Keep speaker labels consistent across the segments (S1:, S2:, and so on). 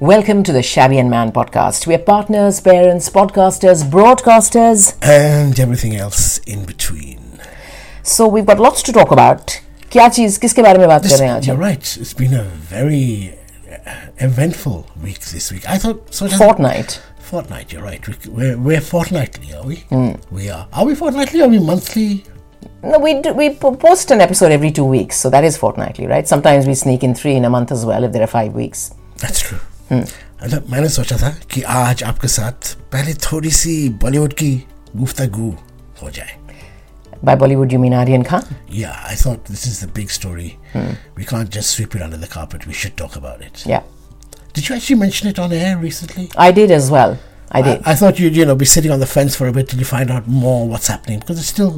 S1: Welcome to the Shabby and Man podcast. We are partners, parents, podcasters, broadcasters.
S2: and everything else in between.
S1: So we've got lots to talk about. क्या चीज किसके बारे में बात कर रहे हैं आज
S2: You're right. It's been a very uh, eventful week this week. I thought so. does-
S1: Fortnite.
S2: Fortnightly, You're right. We- We're, we're fortnightly, are we? We are. Are we fortnightly? Are we monthly?
S1: No, we do, we po- post an episode every two weeks, so that is fortnightly, right? Sometimes we sneak in three in a month as well if there are five weeks.
S2: That's true. मतलब मैंने सोचा था कि आज आपके साथ पहले थोड़ी सी बॉलीवुड की गुफ्तगू हो जाए
S1: By Bollywood, you mean Aryan Khan?
S2: Yeah, I thought this is the big story. We can't just sweep it under the carpet. We should talk about it.
S1: Yeah,
S2: Did you actually mention it on air recently?
S1: I did as well. I did.
S2: I, I thought you'd you know be sitting on the fence for a bit till you find out more what's happening because it's still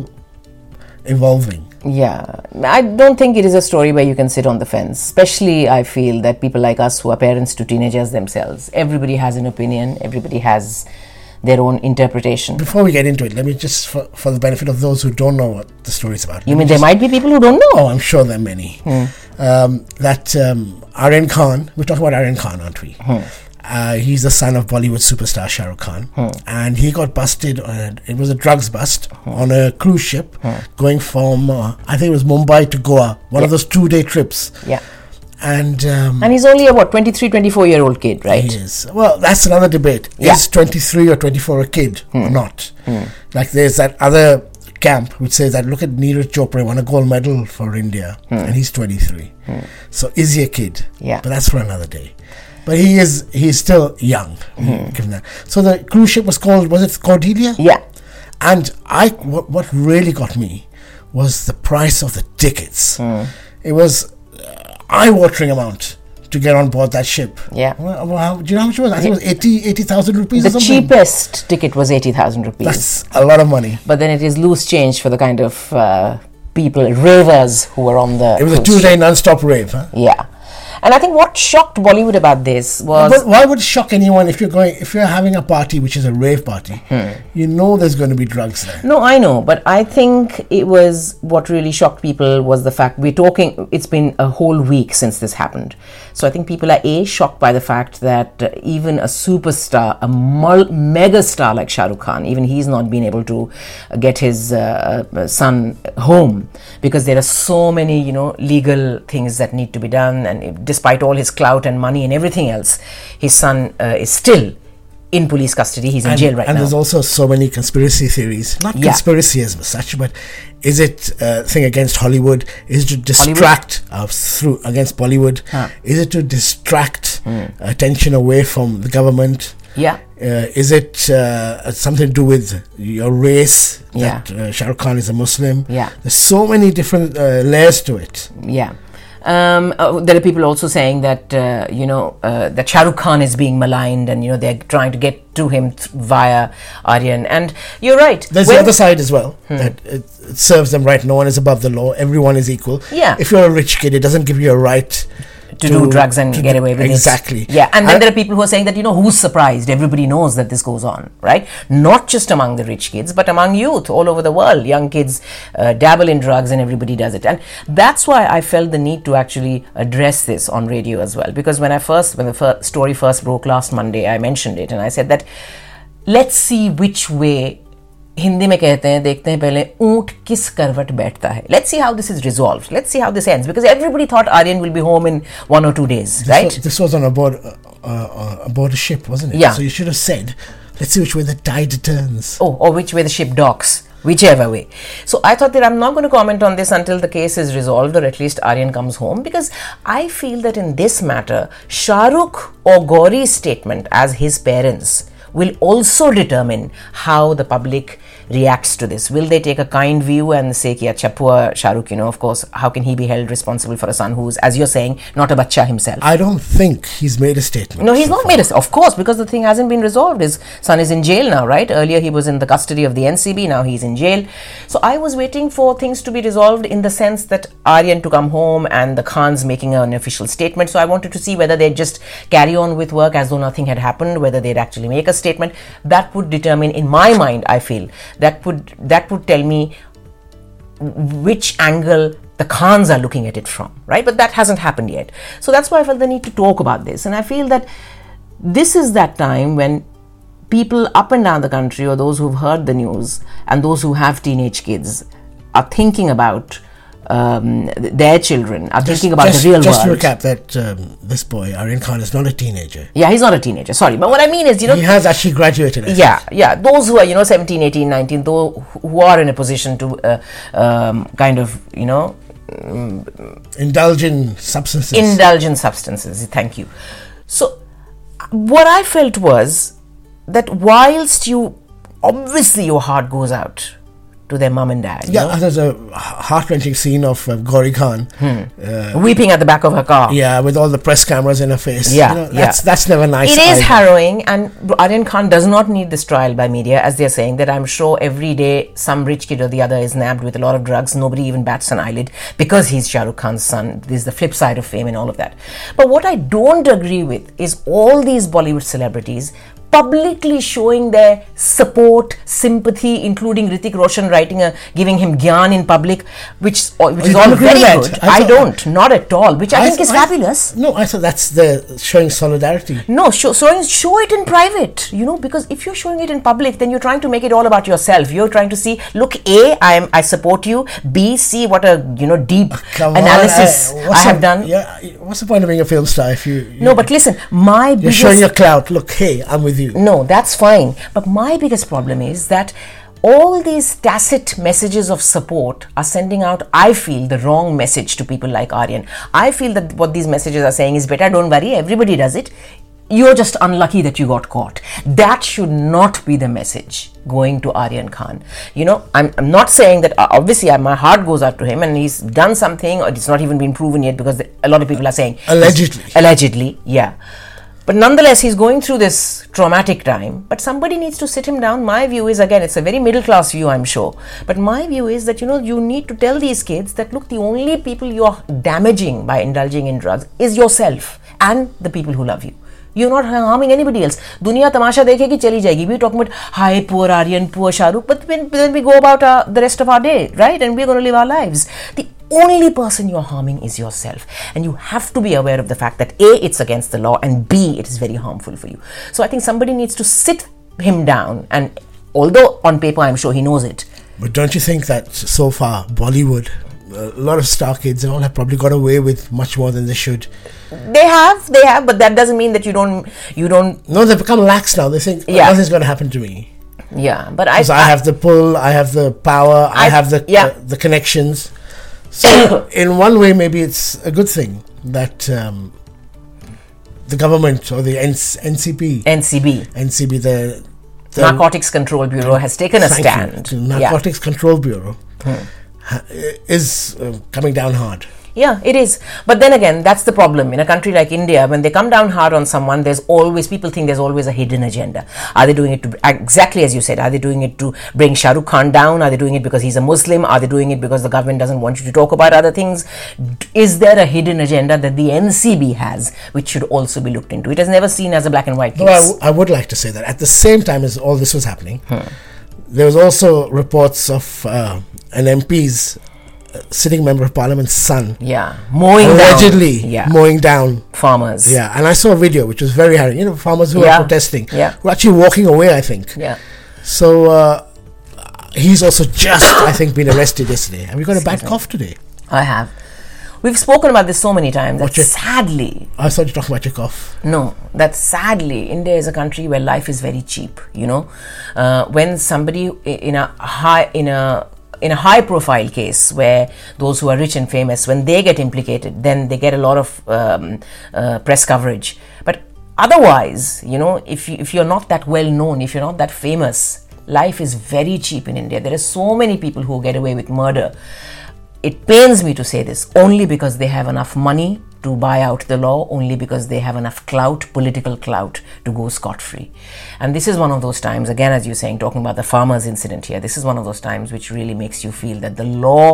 S2: evolving.
S1: Yeah, I don't think it is a story where you can sit on the fence. Especially, I feel that people like us who are parents to teenagers themselves, everybody has an opinion, everybody has their own interpretation.
S2: Before we get into it, let me just for, for the benefit of those who don't know what the story's about.
S1: You mean Hmm. there might be people who don't know?
S2: Oh, I'm sure there are many. Um, that um, Aryan Khan, we're talking about Aryan Khan, aren't we?
S1: Hmm.
S2: Uh, he's the son of Bollywood superstar Shah Rukh Khan,
S1: Hmm.
S2: and he got busted. On a, it was a drugs bust
S1: Hmm.
S2: on a cruise ship going from uh, I think it was Mumbai to Goa, one of those two-day trips.
S1: Yeah.
S2: And um,
S1: And he's only a what, 23, 24 year old kid, right?
S2: Yes. Well, that's another debate.
S1: Yeah. Hmm.
S2: Is 23 or 24 a kid or not? Like, there's that other camp which says that look at Neeraj Chopra, he won a gold medal for India, and he's 23. So, is he a kid?
S1: Hmm. Yeah.
S2: But that's for another day. But he is he's still young.
S1: Hmm.
S2: given that. So, the cruise ship was called, was it Cordelia?
S1: Yeah.
S2: And I, what, what really got me was the price of the tickets.
S1: Hmm.
S2: It was uh, eye-watering amount to get on board that ship.
S1: Yeah.
S2: Well, well, how- do you know how much it was? I think it was 80 80,000 rupees or
S1: The
S2: something.
S1: cheapest ticket was 80,000 rupees.
S2: That's a lot of money.
S1: but then it is loose change for the kind of uh, people, ravers who were on the.
S2: It was a
S1: cruise ship.
S2: two-day non-stop rave. Huh?
S1: Yeah. And I think what shocked Bollywood about this was.
S2: But why would it shock anyone if you're going if you're having a party which is a rave party?
S1: Hmm.
S2: You know there's going to be drugs there.
S1: No, I know, but I think it was what really shocked people was the fact we're talking. It's been a whole week since this happened, so I think people are a shocked by the fact that uh, even a superstar, a mul- mega star like Shah Rukh Khan, even he's not been able to uh, get his uh, uh, son home because there are so many, you know, legal things that need to be done, and if- despite all his clout and money and everything else, his son uh, is still in police custody. He's in jail right
S2: and
S1: now.
S2: there's also so many conspiracy theories. Not
S1: Yeah.
S2: conspiracy as such, but is it a thing against Hollywood? Is it to distract us through against Bollywood? Is it to distract
S1: Hmm.
S2: uh, attention away from the government?
S1: Yeah.
S2: Uh, is it uh, something to do with your race?
S1: Yeah.
S2: That uh, Shah Rukh Khan is a Muslim.
S1: Yeah.
S2: There's so many different uh, layers to it.
S1: Yeah. Um, uh, there are people also saying that uh, you know uh, that Shah Rukh Khan is being maligned, and you know they're trying to get to him th- via Aryan. And you're right.
S2: There's
S1: When-
S2: the other side as well
S1: Hmm.
S2: that it, it serves them right. No one is above the law. Everyone is equal.
S1: Yeah.
S2: If you're a rich kid, it doesn't give you a right
S1: to, do drugs and
S2: to
S1: get
S2: do-
S1: away with it.
S2: exactly.
S1: Yeah, and then
S2: I-
S1: there are people who are saying that you know who's surprised? Everybody knows that this goes on, right? Not just among the rich kids, but among youth all over the world. Young kids uh, dabble in drugs, and everybody does it. And that's why I felt the need to actually address this on radio as well, because when I first, when the fir- story first broke last Monday, I mentioned it, and I said that let's see which way Hindi में कहते हैं देखते हैं पहले ऊंट किस करवट बैठता है let's see how this is resolve let's see how this ends because everybody thought Aryan will be home in one or two days right
S2: So this was on aboard uh, uh, aboard a ship, wasn't it?
S1: Yeah.
S2: So you should have said, "Let's see which way the tide turns."
S1: oh, or which way the ship docks, whichever way. So I thought that I'm not going to comment on this until the case is resolved or at least Aryan comes home because I feel that in this matter, Shah Rukh or Gauri's statement as his parents will also determine how the public reacts to this. Will they take a kind view and say, ki, acha, poor Shah Rukh, you know, of course, how can he be held responsible for a son who's, as you're saying, not a bacha himself?
S2: I don't think he's made a statement.
S1: No, he's
S2: so
S1: not
S2: far.
S1: made us. Of course, because the thing hasn't been resolved. His son is in jail now, right? Earlier he was in the custody of the NCB. Now he's in jail. So I was waiting for things to be resolved in the sense that Aryan to come home and the Khans making an official statement. So I wanted to see whether they'd just carry on with work as though nothing had happened, whether they'd actually make a statement. That would determine, in my mind, I feel that would that would tell me which angle the Khans are looking at it from, right? But that hasn't happened yet. So that's why I felt the need to talk about this. And I feel that this is that time when people up and down the country, or those who've heard the news, and those who have teenage kids, are thinking about um, th- their children, are thinking about
S2: just,
S1: the real
S2: just
S1: world.
S2: to recap that um, this boy, Aryan Khan, is not a teenager.
S1: yeah, he's not a teenager, sorry. But what I mean is, you know,
S2: He has actually graduated. I
S1: yeah yeah those who are you know 17 18 19 though who are in a position to uh, um, kind of you know
S2: think. Indulge in substances.
S1: indulge in substances thank you so what i felt was that whilst you obviously your heart goes out to their mum and dad you
S2: yeah, there's a heart wrenching scene of uh, Gauri Khan.
S1: Hmm. know, weeping at the back of her car
S2: Yeah, with all the press cameras in her face.
S1: Yeah,
S2: You know,
S1: yeah.
S2: that's that's never nice.
S1: It is
S2: either.
S1: harrowing, and Aryan Khan does not need this trial by media, as they're saying that I'm sure every day some rich kid or the other is nabbed with a lot of drugs. Nobody even bats an eyelid because he's Shah Rukh Khan's son. This is the flip side of fame and all of that. But what I don't agree with is all these Bollywood celebrities publicly showing their support, sympathy, including Ritik Roshan writing a giving him gyan in public, which which is
S2: you
S1: all
S2: don't agree
S1: very
S2: with that?
S1: good.
S2: I
S1: I,
S2: thought-
S1: don't, not at all, which I, think is
S2: I-
S1: fabulous.
S2: No, I thought that's the showing solidarity.
S1: No, show, so show it in private, you know, because if you're showing it in public, then you're trying to make it all about yourself. You're trying to see, look, A, I'm, I support you. B, see what a, you know, deep
S2: Come on,
S1: analysis I,
S2: what's
S1: have
S2: the-
S1: done.
S2: Yeah, what's the point of being a film star if you? you
S1: No, but listen, my
S2: you're
S1: biggest...
S2: showing your clout. Look, hey, I'm with you.
S1: No, that's fine. But my biggest problem is that all these tacit messages of support are sending out, I feel, the wrong message to people like Aryan. I feel that what these messages are saying is better, don't worry, everybody does it. You're just unlucky that you got caught. That should not be the message going to Aryan Khan. You know, I'm, I'm not saying that uh, obviously uh, my heart goes out to him and he's done something or it's not even been proven yet because the- a lot of people are saying
S2: Allegedly.
S1: allegedly yeah but nonetheless he's going through this traumatic time but somebody needs to sit him down my view is again it's a very middle class view i'm sure but my view is that you know you need to tell these kids that look the only people you're damaging by indulging in drugs is yourself and the people who love you you're not harming anybody else दुनिया तमाशा देखेगी चली जाएगी we talk about hi poor Aryan poor Shahrukh but then we go about our, the rest of our day right and we're going to live our lives the only person you're harming is yourself and you have to be aware of the fact that a it's against the law and b it is very harmful for you so i think somebody needs to sit him down and although on paper i'm sure he knows it
S2: But don't you think that so far Bollywood, a lot of star kids and all have probably got away with much more than they should.
S1: they have they have but that doesn't mean that you don't you don't
S2: No, they've become lax now. They think "Oh,
S1: Yeah.
S2: nothing's going to happen to me
S1: yeah but i,
S2: because I, have the pull, I have the power, I,
S1: I-
S2: have the uh,
S1: yeah.
S2: the connections. So in one way, maybe it's a good thing that um, the government or the NC- NCP,
S1: ncb
S2: NCB, the, the
S1: narcotics control bureau has taken a
S2: Thank you.
S1: stand
S2: The
S1: yeah. Hmm.
S2: Narcotics Control Bureau ha- is uh, coming down hard.
S1: Yeah, it is. But then again, that's the problem. In a country like India, when they come down hard on someone, there's always, people think there's always a hidden agenda. Are they doing it to, exactly as you said, are they doing it to bring Shah Rukh Khan down? Are they doing it because he's a Muslim? Are they doing it because the government doesn't want you to talk about other things? D- Is there a hidden agenda that the NCB has, which should also be looked into? It has never seen as a black and white
S2: Well, I,
S1: case.
S2: w- I would like to say that at the same time as all this was happening,
S1: Hmm.
S2: there was also reports of uh, an MP's uh, sitting member of parliament's son
S1: yeah. Mowing
S2: allegedly
S1: down. Yeah.
S2: mowing down.
S1: farmers.
S2: Yeah, and I saw a video which was very harrowing. You know, farmers who
S1: Yeah.
S2: are protesting
S1: Yeah.
S2: were actually walking away. I think.
S1: Yeah.
S2: So uh, he's also just, I think, been arrested yesterday, and we got a bad cough today.
S1: I have. We've spoken about this so many times that
S2: Watch it.
S1: sadly,
S2: I started talking about your cough.
S1: No, that sadly, India is a country where life is very cheap. You know, uh, when somebody i- in a high in a in a high profile case where those who are rich and famous, when they get implicated, then they get a lot of um, uh, press coverage. But otherwise, you know, if you, if you're not that well known, if you're not that famous, life is very cheap in India. There are so many people who get away with murder it pains me to say this only because they have enough money to buy out the law only because they have enough clout political clout to go scot free and this is one of those times again as you're saying talking about the farmers incident here this is one of those times which really makes you feel that the law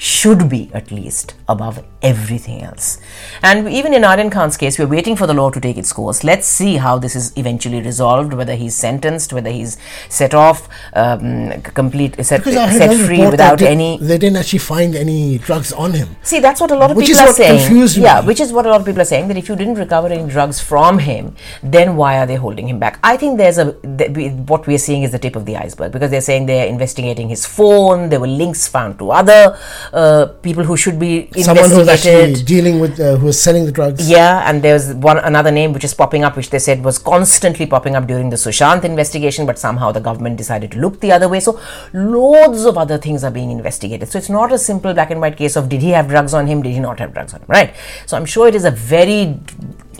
S1: should be at least above everything else. And even in Aryan Khan's case, we're waiting for the law to take its course. Let's see how this is eventually resolved, whether he's sentenced, whether he's set off, um, complete, set,
S2: Because I heard
S1: set
S2: another
S1: free
S2: report that
S1: without
S2: they-
S1: any.
S2: They didn't actually find any drugs on him.
S1: See, that's what a lot of
S2: Which
S1: people
S2: is
S1: are
S2: what
S1: saying.
S2: confused me.
S1: Yeah, which is what a lot of people are saying that if you didn't recover any drugs from him, then why are they holding him back? I think there's a th- we- what we are seeing is the tip of the iceberg because they're saying they're investigating his phone. There were links found to other uh, people who should be
S2: Someone who was actually
S1: investigated.
S2: dealing with, uh, who was selling the drugs.
S1: Yeah, and there's one another name which is popping up, which they said was constantly popping up during the Sushant investigation, but somehow the government decided to look the other way. So loads of other things are being investigated. So it's not a simple black and white case of did he have drugs on him, did he not have drugs on him, right? So I'm sure it is a very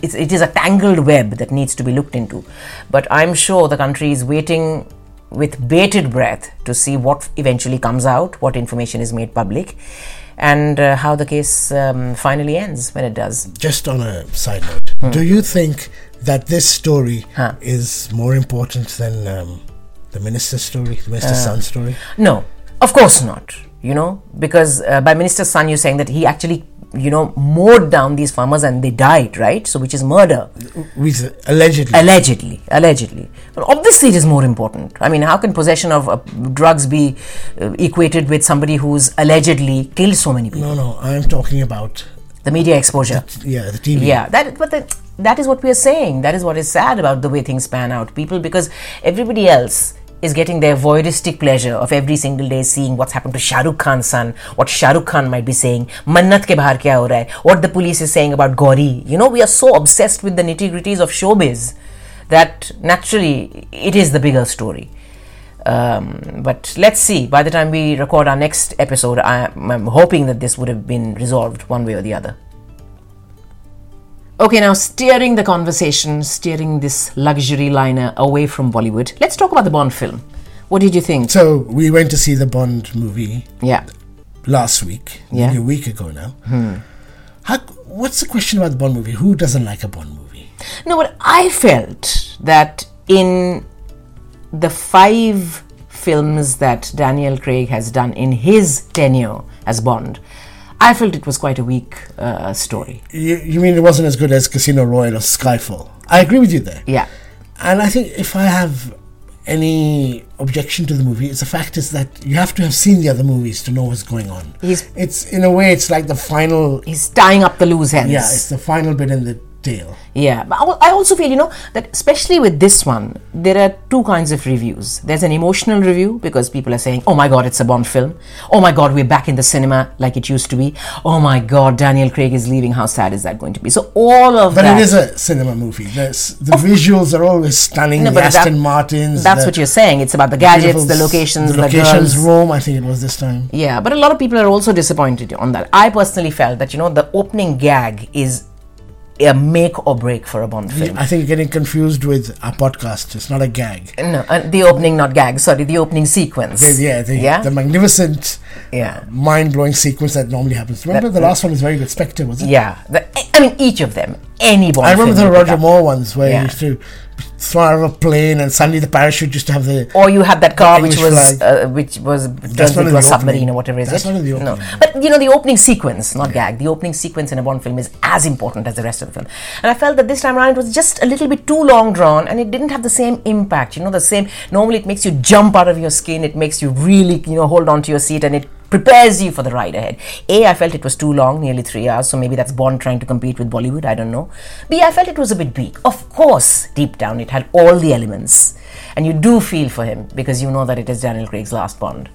S1: it's, it is a tangled web that needs to be looked into. But I'm sure the country is waiting with bated breath to see what eventually comes out, what information is made public, and uh, how the case um, finally ends when it does.
S2: Just on a side note, do you think that this story
S1: Hmm. Huh.
S2: is more important than um, the minister's story, the minister's
S1: Uh.
S2: son's story?
S1: No, of course not. You know, because uh, by Minister Sun, you're saying that he actually, you know, mowed down these farmers and they died, right? So, which is murder,
S2: We s- allegedly.
S1: allegedly, allegedly. But obviously, it is more important. I mean, how can possession of uh, drugs be uh, equated with somebody who's allegedly killed so many people?
S2: no, no, I'm talking about
S1: The media exposure.
S2: yeah the TV.
S1: Yeah, that but the, that is what we are saying. That is what is sad about the way things pan out, people, because everybody else is getting their voyeuristic pleasure of every single day seeing what's happened to Shah Rukh Khan's son, what Shah Rukh Khan might be saying, Mannat ke bahar kya ho raha hai, what the police is saying about Gauri. You know, we are so obsessed with the nitty gritties of showbiz that naturally it is the bigger story. Um, but let's see. By the time we record our next episode, I, I'm hoping that this would have been resolved one way or the other. Okay, now steering the conversation, steering this luxury liner away from Bollywood, let's talk about the Bond film. What did you think?
S2: So we went to see the Bond movie
S1: Yeah.
S2: last week,
S1: Yeah. Hmm.
S2: maybe a week ago now. How, what's the question about the Bond movie? Who doesn't like a Bond movie?
S1: No, but I felt that in the five films that Daniel Craig has done in his tenure as Bond, I felt it was quite a weak uh, story.
S2: You, you mean it wasn't as good as Casino Royale or Skyfall? I agree with you there.
S1: Yeah.
S2: And I think if I have any objection to the movie, it's the fact is that you have to have seen the other movies to know what's going on.
S1: He's-
S2: it's in a way, it's like the final.
S1: He's tying up the loose ends.
S2: Yeah, it's the final bit in the tale.
S1: Yeah, but I al- I also feel you know that especially with this one, there are two kinds of reviews. There's an emotional review because people are saying, "Oh my God, it's a Bond film. Oh my God, we're back in the cinema like it used to be. Oh my God, Daniel Craig is leaving. How sad is that going to be?" So all of
S2: But
S1: that. Oh.
S2: it is a cinema movie. There's, the visuals are always stunning.
S1: No,
S2: the
S1: but that-
S2: Aston Martins.
S1: that's
S2: the
S1: what you're saying. It's about the gadgets,
S2: beautiful
S1: the
S2: s-
S1: locations, the,
S2: locations.
S1: girls.
S2: Rome, I think it was this time.
S1: Yeah, but a lot of people are also disappointed on that. I personally felt that you know the opening gag is a make or break for a Bond film.
S2: I think you're getting confused with our podcast. It's not a gag.
S1: No, uh, the opening, not gag. Sorry, the opening sequence.
S2: Yeah, the,
S1: yeah,
S2: the magnificent,
S1: yeah.
S2: mind-blowing sequence that normally happens. Remember the last one was very good. Spectre, was it?
S1: Yeah, the, I mean each of them. Any Bond.
S2: I remember
S1: film
S2: the
S1: you pick
S2: Roger
S1: up.
S2: Moore ones where
S1: Yeah.
S2: you used to throw out of a plane and suddenly the parachute used to have the.
S1: Or you had that car which
S2: English
S1: was
S2: flag.
S1: uh, which was
S2: That's
S1: turned
S2: not in
S1: into a
S2: the
S1: submarine
S2: opening.
S1: or whatever is
S2: That's
S1: it?
S2: not in the
S1: no,
S2: opening.
S1: but you know the opening sequence, not gag. The opening sequence in a Bond film is as important as the rest of the film, and I felt that this time around it was just a little bit too long drawn, and it didn't have the same impact. You know, the same. Normally, it makes you jump out of your skin. It makes you really you know hold on to your seat, and it prepares you for the ride ahead. A, I felt it was too long, nearly three hours, so maybe that's Bond trying to compete with Bollywood, I don't know. B, I felt it was a bit weak. Of course, deep down, it had all the elements. And you do feel for him because you know that it is Daniel Craig's last Bond.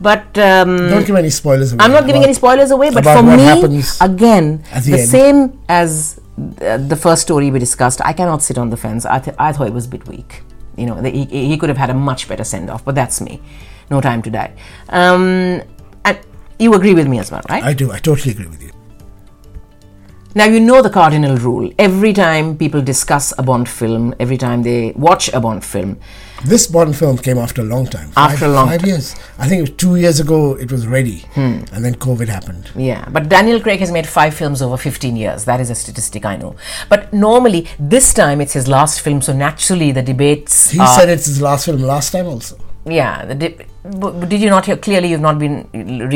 S1: But um,
S2: Don't give any spoilers away.
S1: I'm not giving
S2: about-
S1: any spoilers away, but
S2: about
S1: for
S2: what
S1: me,
S2: happens
S1: again,
S2: at
S1: the,
S2: the end.
S1: same as uh, the first story we discussed, I cannot sit on the fence. I, th- I thought it was a bit weak. You know, the, he, he could have had a much better send off, but that's me. No time to die. Um, and you agree with me as well, right?
S2: I do. I totally agree with you.
S1: Now, you know the cardinal rule. Every time people discuss a Bond film, every time they watch a Bond film,
S2: This Bond film came after a long time. Five-
S1: After a long
S2: five
S1: time. Hmm.
S2: years. I think it was two years ago it was ready, and then COVID happened.
S1: Yeah, but Daniel Craig has made five films over 15 years. That is a statistic I know. But normally, this time it's his last film, so naturally the debates.
S2: He
S1: are-
S2: said it's his last film last time also.
S1: yeah the dip, but, but did you not hear clearly you've not been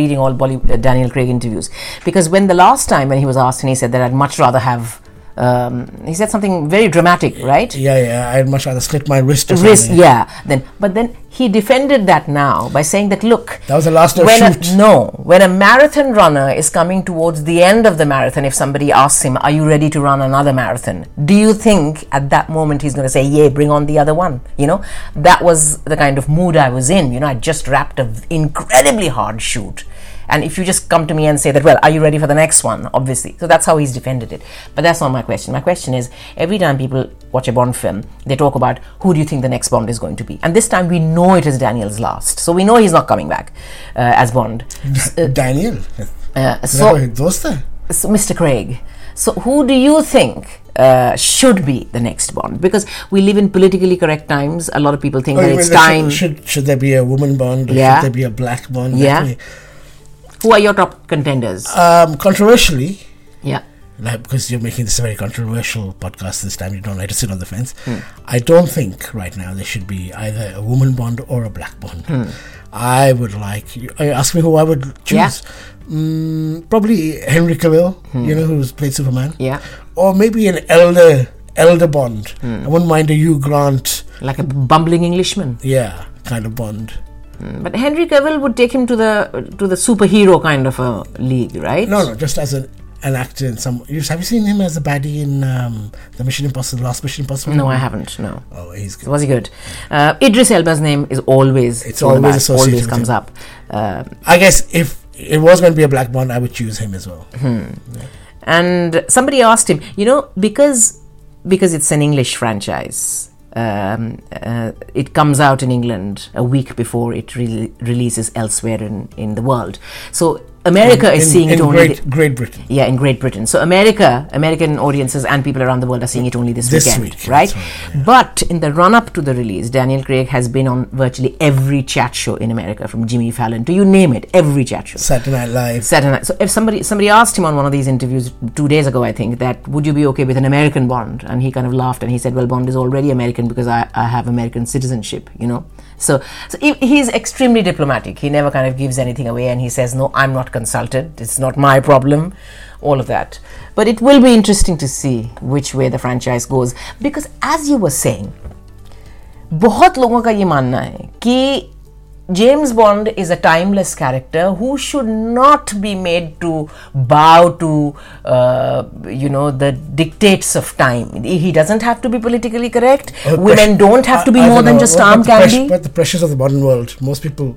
S1: reading all Bolly, uh, daniel craig interviews because when the last time when he was asked and he said that i'd much rather have um, he said something very dramatic right
S2: Yeah, yeah. I'd much rather slit my wrist. Or
S1: risk
S2: something.
S1: yeah then but then he defended that now by saying that look
S2: That was the last of
S1: when
S2: shoot.
S1: a, no when a marathon runner is coming towards the end of the marathon if somebody asks him are you ready to run another marathon do you think at that moment he's going to say yeah bring on the other one you know that was the kind of mood i was in you know i just wrapped an incredibly hard shoot and if you just come to me and say that well are you ready for the next one obviously so that's how he's defended it but that's not my question my question is every time people watch a bond film they talk about who do you think the next bond is going to be and this time we know it is daniel's last so we know he's not coming back uh, as bond
S2: Daniel.
S1: uh,
S2: So,
S1: so,
S2: those the
S1: so mr craig so who do you think uh, should be the next bond because we live in politically correct times a lot of people
S2: Oh,
S1: think that it's time
S2: Should, should, there be a woman bond? Or
S1: Yeah.
S2: Should there be a black bond?
S1: Yeah. who are your top contenders
S2: Um, controversially,
S1: yeah
S2: like, because you're making this a very controversial podcast this time, you don't like to sit on the fence.
S1: Hmm.
S2: I don't think right now there should be either a woman bond or a black bond.
S1: Hmm.
S2: I would like. you- uh, Ask me who I would choose.
S1: Yeah. Hmm.
S2: Mm, probably Henry Cavill, you know, who's played Superman.
S1: Yeah.
S2: Or maybe an elder elder bond.
S1: Hmm.
S2: I wouldn't mind a Hugh Grant,
S1: like a bumbling englishman
S2: yeah, kind of bond.
S1: But Henry Cavill would take him to the to the superhero kind of a league, right?
S2: No, no, just as an an actor in some. you- Have you seen him as a baddie in um, the Mission Impossible, the last Mission Impossible?
S1: no, I haven't. No,
S2: Oh, he's good.
S1: was he good? Uh, Idris Elba's name is always
S2: It's
S1: in the
S2: always
S1: back,
S2: associated
S1: always
S2: with
S1: comes
S2: him.
S1: up. Uh,
S2: I guess if it was going to be a black bond, I would choose him as well.
S1: and somebody asked him, you know, because because it's an English franchise, um, uh, it comes out in England a week before it re- releases elsewhere in in the world. So America is
S2: in,
S1: seeing
S2: in
S1: it only.
S2: Great,
S1: thi-
S2: Great Britain.
S1: yeah, in Great Britain. So America, American audiences and people around the world are seeing it only this,
S2: This
S1: weekend,
S2: week, that's
S1: right?
S2: right,
S1: But in the run-up to the release, Daniel Craig has been on virtually every chat show in America, from Jimmy Fallon to you name it, every chat show.
S2: Saturday Night Live.
S1: Saturday night. So if somebody somebody asked him on one of these interviews two days ago, I think that would you be okay with an American Bond? And he kind of laughed and he said, "Well, Bond is already American because I, I have American citizenship, you know." So so he, he's extremely diplomatic. He never kind of gives anything away, and he says, "No, I'm not consulted. It's not my problem." All of that. But it will be interesting to see which way the franchise goes because, as you were saying, बहुत लोगों का ये मानना है कि James Bond is a timeless character who should not be made to bow to, uh, you know, the dictates of time. He doesn't have to be politically correct. Women don't have to be
S2: I- I
S1: more
S2: don't
S1: than
S2: know,
S1: just
S2: but
S1: arm
S2: the press-
S1: candy.
S2: But the pressures of the modern world, most people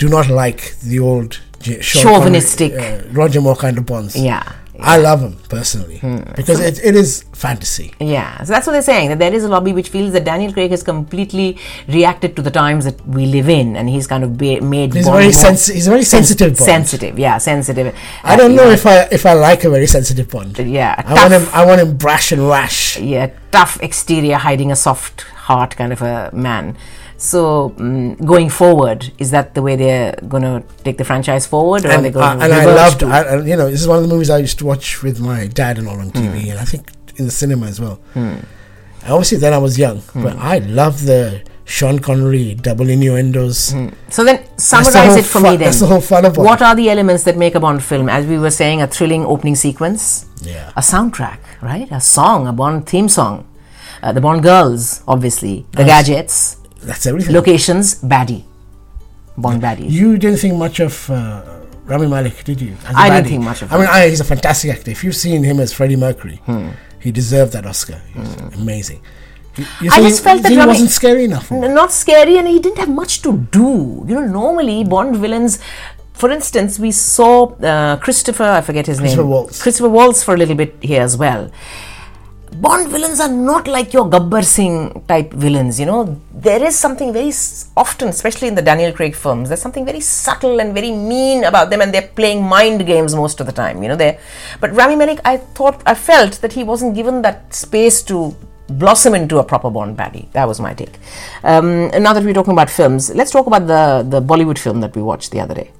S2: do not like the old J- Sean
S1: Chauvinistic.
S2: Connery, uh, Roger Moore kind of bonds.
S1: Yeah. Hmm.
S2: I love him personally because it, it is fantasy.
S1: Yeah, so that's what they're saying that there is a lobby which feels that Daniel Craig has completely reacted to the times that we live in, and he's kind of ba- made.
S2: He's
S1: Bond more
S2: very sensi- he's a very sensitive Bond.
S1: Sensitive, yeah, sensitive.
S2: I don't know if I if I like a very sensitive Bond.
S1: Yeah,
S2: I
S1: tough.
S2: want him. I want him brash and rash.
S1: yeah, tough exterior hiding a soft heart kind of a man. So mm going forward, is that the way they're going to take the franchise forward, or are they
S2: And,
S1: going
S2: I-
S1: to
S2: and I
S1: reverse
S2: loved.
S1: to-
S2: I, I- you know, this is one of the movies I used to watch with my dad and all on TV, and I think in the cinema as well. And Obviously, then I was young, but I love the Sean Connery double innuendos.
S1: so then,
S2: the
S1: summarize
S2: whole
S1: it for
S2: fun-
S1: me. Then
S2: that's the whole fun of Bond.
S1: What are the elements that make a Bond film? As we were saying, a thrilling opening sequence,
S2: Yeah.
S1: a soundtrack, right? A song, a Bond theme song, uh, the Bond girls, obviously, the gadgets,
S2: That's everything.
S1: locations, baddie, Bond baddie.
S2: you didn't think much of uh, Rami Malik, did you? As a
S1: I didn't
S2: baddie.
S1: think much of
S2: I mean, I, he's a fantastic actor. If you've seen him as Freddie Mercury, he deserved that Oscar. He's amazing. You, you
S1: I
S2: think-
S1: just felt
S2: you
S1: that
S2: think he
S1: Rami-
S2: wasn't scary enough.
S1: N- not scary and he didn't have much to do you know normally bond villains for instance we saw uh, christopher i forget his
S2: Christopher
S1: name
S2: Waltz.
S1: Mm. christopher waltz for a little bit here as well bond villains are not like your gabbar singh type villains you know there is something very s- often especially in the daniel craig films there's something very subtle and very mean about them and they're playing mind games most of the time you know they but rami malek i thought i felt that he wasn't given that space to blossom into a proper Bond baddie. That was my take. Um, now that we're talking about films, let's talk about the, the Bollywood film that we watched the other day,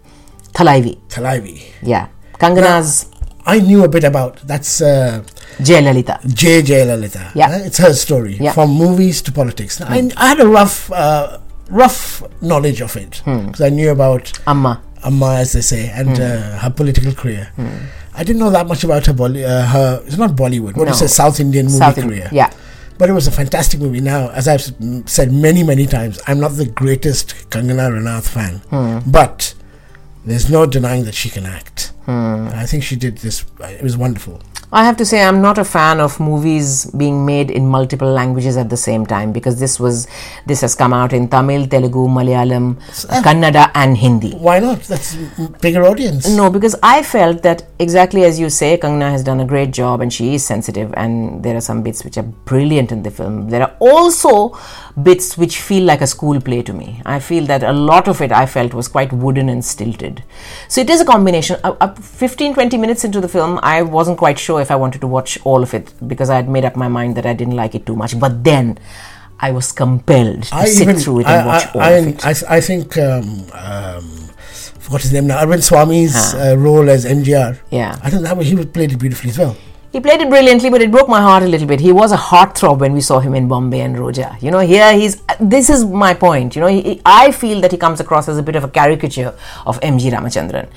S1: Thalaivi.
S2: Talaivi.
S1: Yeah, Kangana's
S2: I knew a bit about that's uh,
S1: Jayalalitha.
S2: J.J. Lalita.
S1: Yeah.
S2: Uh, It's her story
S1: Yeah. Hmm.
S2: from movies to politics. I, I had a rough uh, rough knowledge of it
S1: Hmm.
S2: because I knew about
S1: Amma.
S2: Amma, as they say, and
S1: Hmm.
S2: uh, her political career. I didn't know that much about her. Bolly, uh, her it's not Bollywood. What
S1: No.
S2: is it? South Indian movie
S1: South
S2: career.
S1: India. Yeah.
S2: But it was a fantastic movie. Now, as I've s- m- said many, many times, I'm not the greatest Kangana Ranaut fan,
S1: Hmm.
S2: but there's no denying that she can act.
S1: Hmm.
S2: I think she did this. It was wonderful.
S1: I have to say, I'm not a fan of movies being made in multiple languages at the same time because this was this has come out in Tamil, Telugu, Malayalam, Kannada, and Hindi.
S2: Why not? That's a bigger audience.
S1: No, because I felt that exactly as you say, Kangna has done a great job and she is sensitive, and there are some bits which are brilliant in the film. There are also bits which feel like a school play to me. I feel that a lot of it I felt was quite wooden and stilted. So it is a combination. Up- up 15 20 minutes into the film, I wasn't quite sure if I wanted to watch all of it because I had made up my mind that I didn't like it too much. But then I was compelled to
S2: I
S1: sit
S2: even
S1: through it
S2: I,
S1: and watch
S2: I,
S1: all
S2: I,
S1: of it.
S2: I, I think um, um, forgot his name now. Arvind Swamy's uh, role as MGR.
S1: Yeah.
S2: I think that was, he was played it beautifully as well.
S1: He played it brilliantly, but it broke my heart a little bit. He was a heartthrob when we saw him in Bombay and Roja. You know, here he's. This is my point. You know, he, I feel that he comes across as a bit of a caricature of M.G. Ramachandran.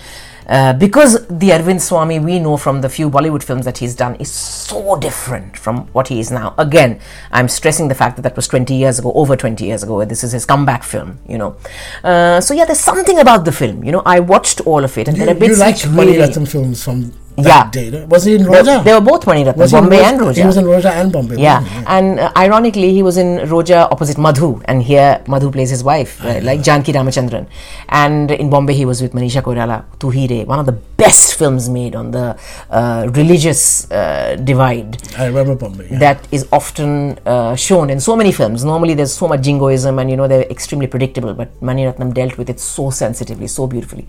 S1: Uh, because the Arvind Swamy we know from the few Bollywood films that he's done is so different from what he is now. Again, I'm stressing the fact that that was 20 years ago, over 20 years ago, where this is his comeback film, you know. Uh, so, yeah, there's something about the film, you know. I watched all of it, and
S2: You,
S1: there are bits
S2: you liked
S1: which
S2: Mani
S1: really.
S2: Ratnam films from that
S1: Yeah.
S2: day. no? Was he in
S1: They-
S2: Roja?
S1: They were both Mani Ratnam,
S2: Was he in
S1: Bombay and Roja.
S2: He was in Roja and Bombay.
S1: Yeah,
S2: wasn't he?
S1: and uh, ironically, he was in Roja opposite Madhu, and here Madhu plays his wife, right, like Janki Ramachandran. And in Bombay, he was with Manisha Koirala, Tuhire, one of the best films made on the uh, religious uh, divide
S2: I remember Bombay. Yeah.
S1: that is often uh, shown in so many films. Normally, there's so much jingoism, and you know they're extremely predictable. But Mani Ratnam dealt with it so sensitively, so beautifully.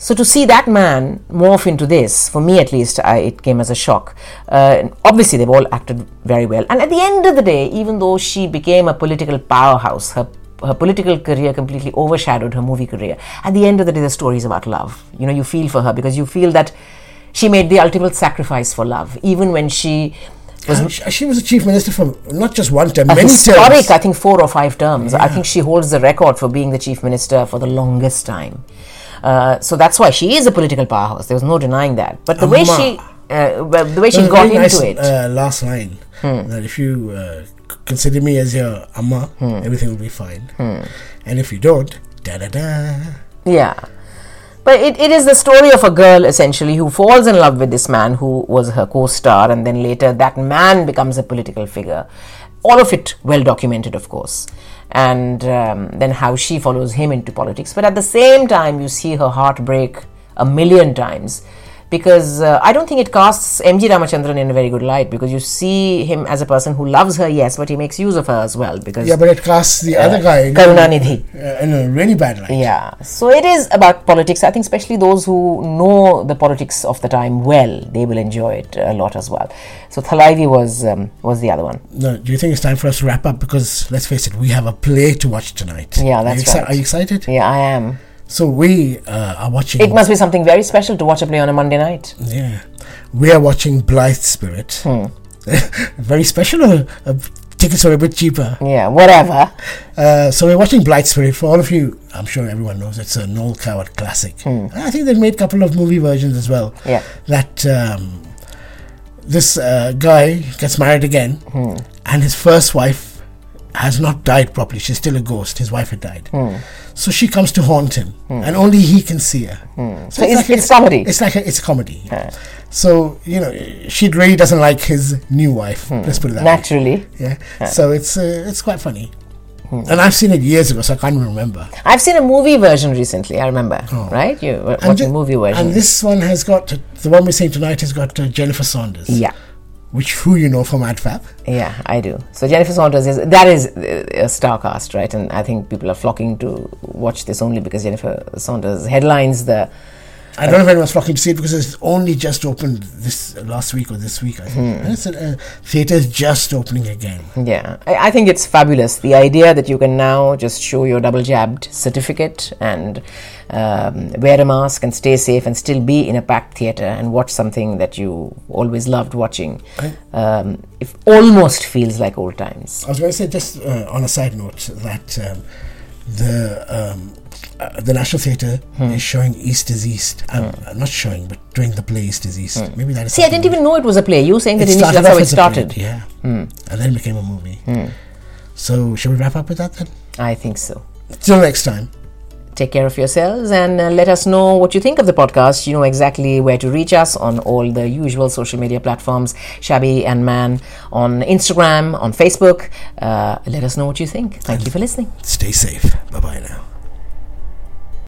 S1: So to see that man morph into this, for me at least, I, it came as a shock. Uh, and obviously, they've all acted very well. And at the end of the day, even though she became a political powerhouse, her her political career completely overshadowed her movie career. At the end of the day, the story is about love. You know, you feel for her because you feel that she made the ultimate sacrifice for love, even when she was
S2: And she, she was a chief minister for not just one term,
S1: a
S2: many
S1: historic,
S2: terms.
S1: I think, four or five terms. I think she holds the record for being the chief minister for the longest time. Uh, so that's why she is a political powerhouse. There was no denying that. But the way
S2: Amma.
S1: she, uh, well, the way she
S2: There was a
S1: got
S2: very
S1: into
S2: nice,
S1: it, Hmm.
S2: Uh, last line that if you uh, c- consider me as your amma,
S1: Hmm.
S2: everything will be fine. And if you don't, da da da.
S1: yeah. But it, it is the story of a girl essentially who falls in love with this man who was her co-star, and then later that man becomes a political figure. All of it well documented, of course. And um, then how she follows him into politics. But at the same time, you see her heart break a million times because uh, I don't think it casts MG Ramachandran in a very good light because you see him as a person who loves her, yes, but he makes use of her as well because
S2: Yeah, but it casts the other guy in,
S1: Karunanidhi.
S2: uh, in a really bad light.
S1: Yeah, so it is about politics. I think, especially those who know the politics of the time well, they will enjoy it a lot as well. So Thalaivi was um, was the other one.
S2: No, do you think it's time for us to wrap up? Because let's face it, we have a play to watch tonight.
S1: Yeah,
S2: Are
S1: that's
S2: you exci-
S1: right.
S2: Are you excited?
S1: Yeah, I am.
S2: So we uh, are watching.
S1: It must be something very special to watch a play on a Monday night.
S2: Yeah, we are watching Blythe Spirit.
S1: Hmm.
S2: Very special. Uh, uh, tickets are a bit cheaper.
S1: Yeah, whatever.
S2: Uh, so we're watching Blight Spirit. For all of you, I'm sure everyone knows it's a Noel Coward classic. And I think they've made a couple of movie versions as well.
S1: Hmm. Yeah.
S2: That um, this uh, guy gets married again,
S1: Hmm.
S2: and his first wife has not died properly. She's still a ghost. His wife had died.
S1: Hmm.
S2: So she comes to haunt him, and only he can see her.
S1: Hmm. So it's- it's comedy.
S2: It's like a, it's comedy. So you know, she really doesn't like his new wife.
S1: Hmm.
S2: Let's put it that way.
S1: Naturally,
S2: Yeah. So it's uh, it's quite funny.
S1: Hmm.
S2: And I've seen it years ago, so I can't remember.
S1: I've seen a movie version recently. I remember, right? You were watching
S2: thi-
S1: movie
S2: Oh. and
S1: version.
S2: this one has got the one we're seeing tonight has got uh, Jennifer Saunders.
S1: yeah.
S2: Which who you know from AdFab.
S1: Yeah, I do. So Jennifer Saunders is that is uh, a star cast, right? And I think people are flocking to watch this only because Jennifer Saunders headlines the
S2: I don't know if anyone's flocking to see it because it's only just opened this last week or this week. I
S1: Hmm.
S2: think. And it's uh, theaters just opening again.
S1: Yeah, I, I think it's fabulous. The idea that you can now just show your double jabbed certificate and um, wear a mask and stay safe and still be in a packed theater and watch something that you always loved watching. Um, it almost feels like old times.
S2: I was going to say just uh, on a side note that um, the um, uh, the National Theatre is showing East is East. I'm, I'm not showing, but doing the play East is East. Maybe that is.
S1: See, I didn't
S2: something
S1: even know it was a play. You were saying that initially that's
S2: off
S1: how it
S2: as a play,
S1: started.
S2: yeah, and then became a movie. So shall we wrap up with that then?
S1: I think so.
S2: Till next time.
S1: Take care of yourselves and uh, let us know what you think of the podcast. You know exactly where to reach us on all the usual social media platforms Shabby and Man on Instagram, on Facebook. Uh, let us know what you think. Thank you for listening.
S2: Stay safe. Bye bye now.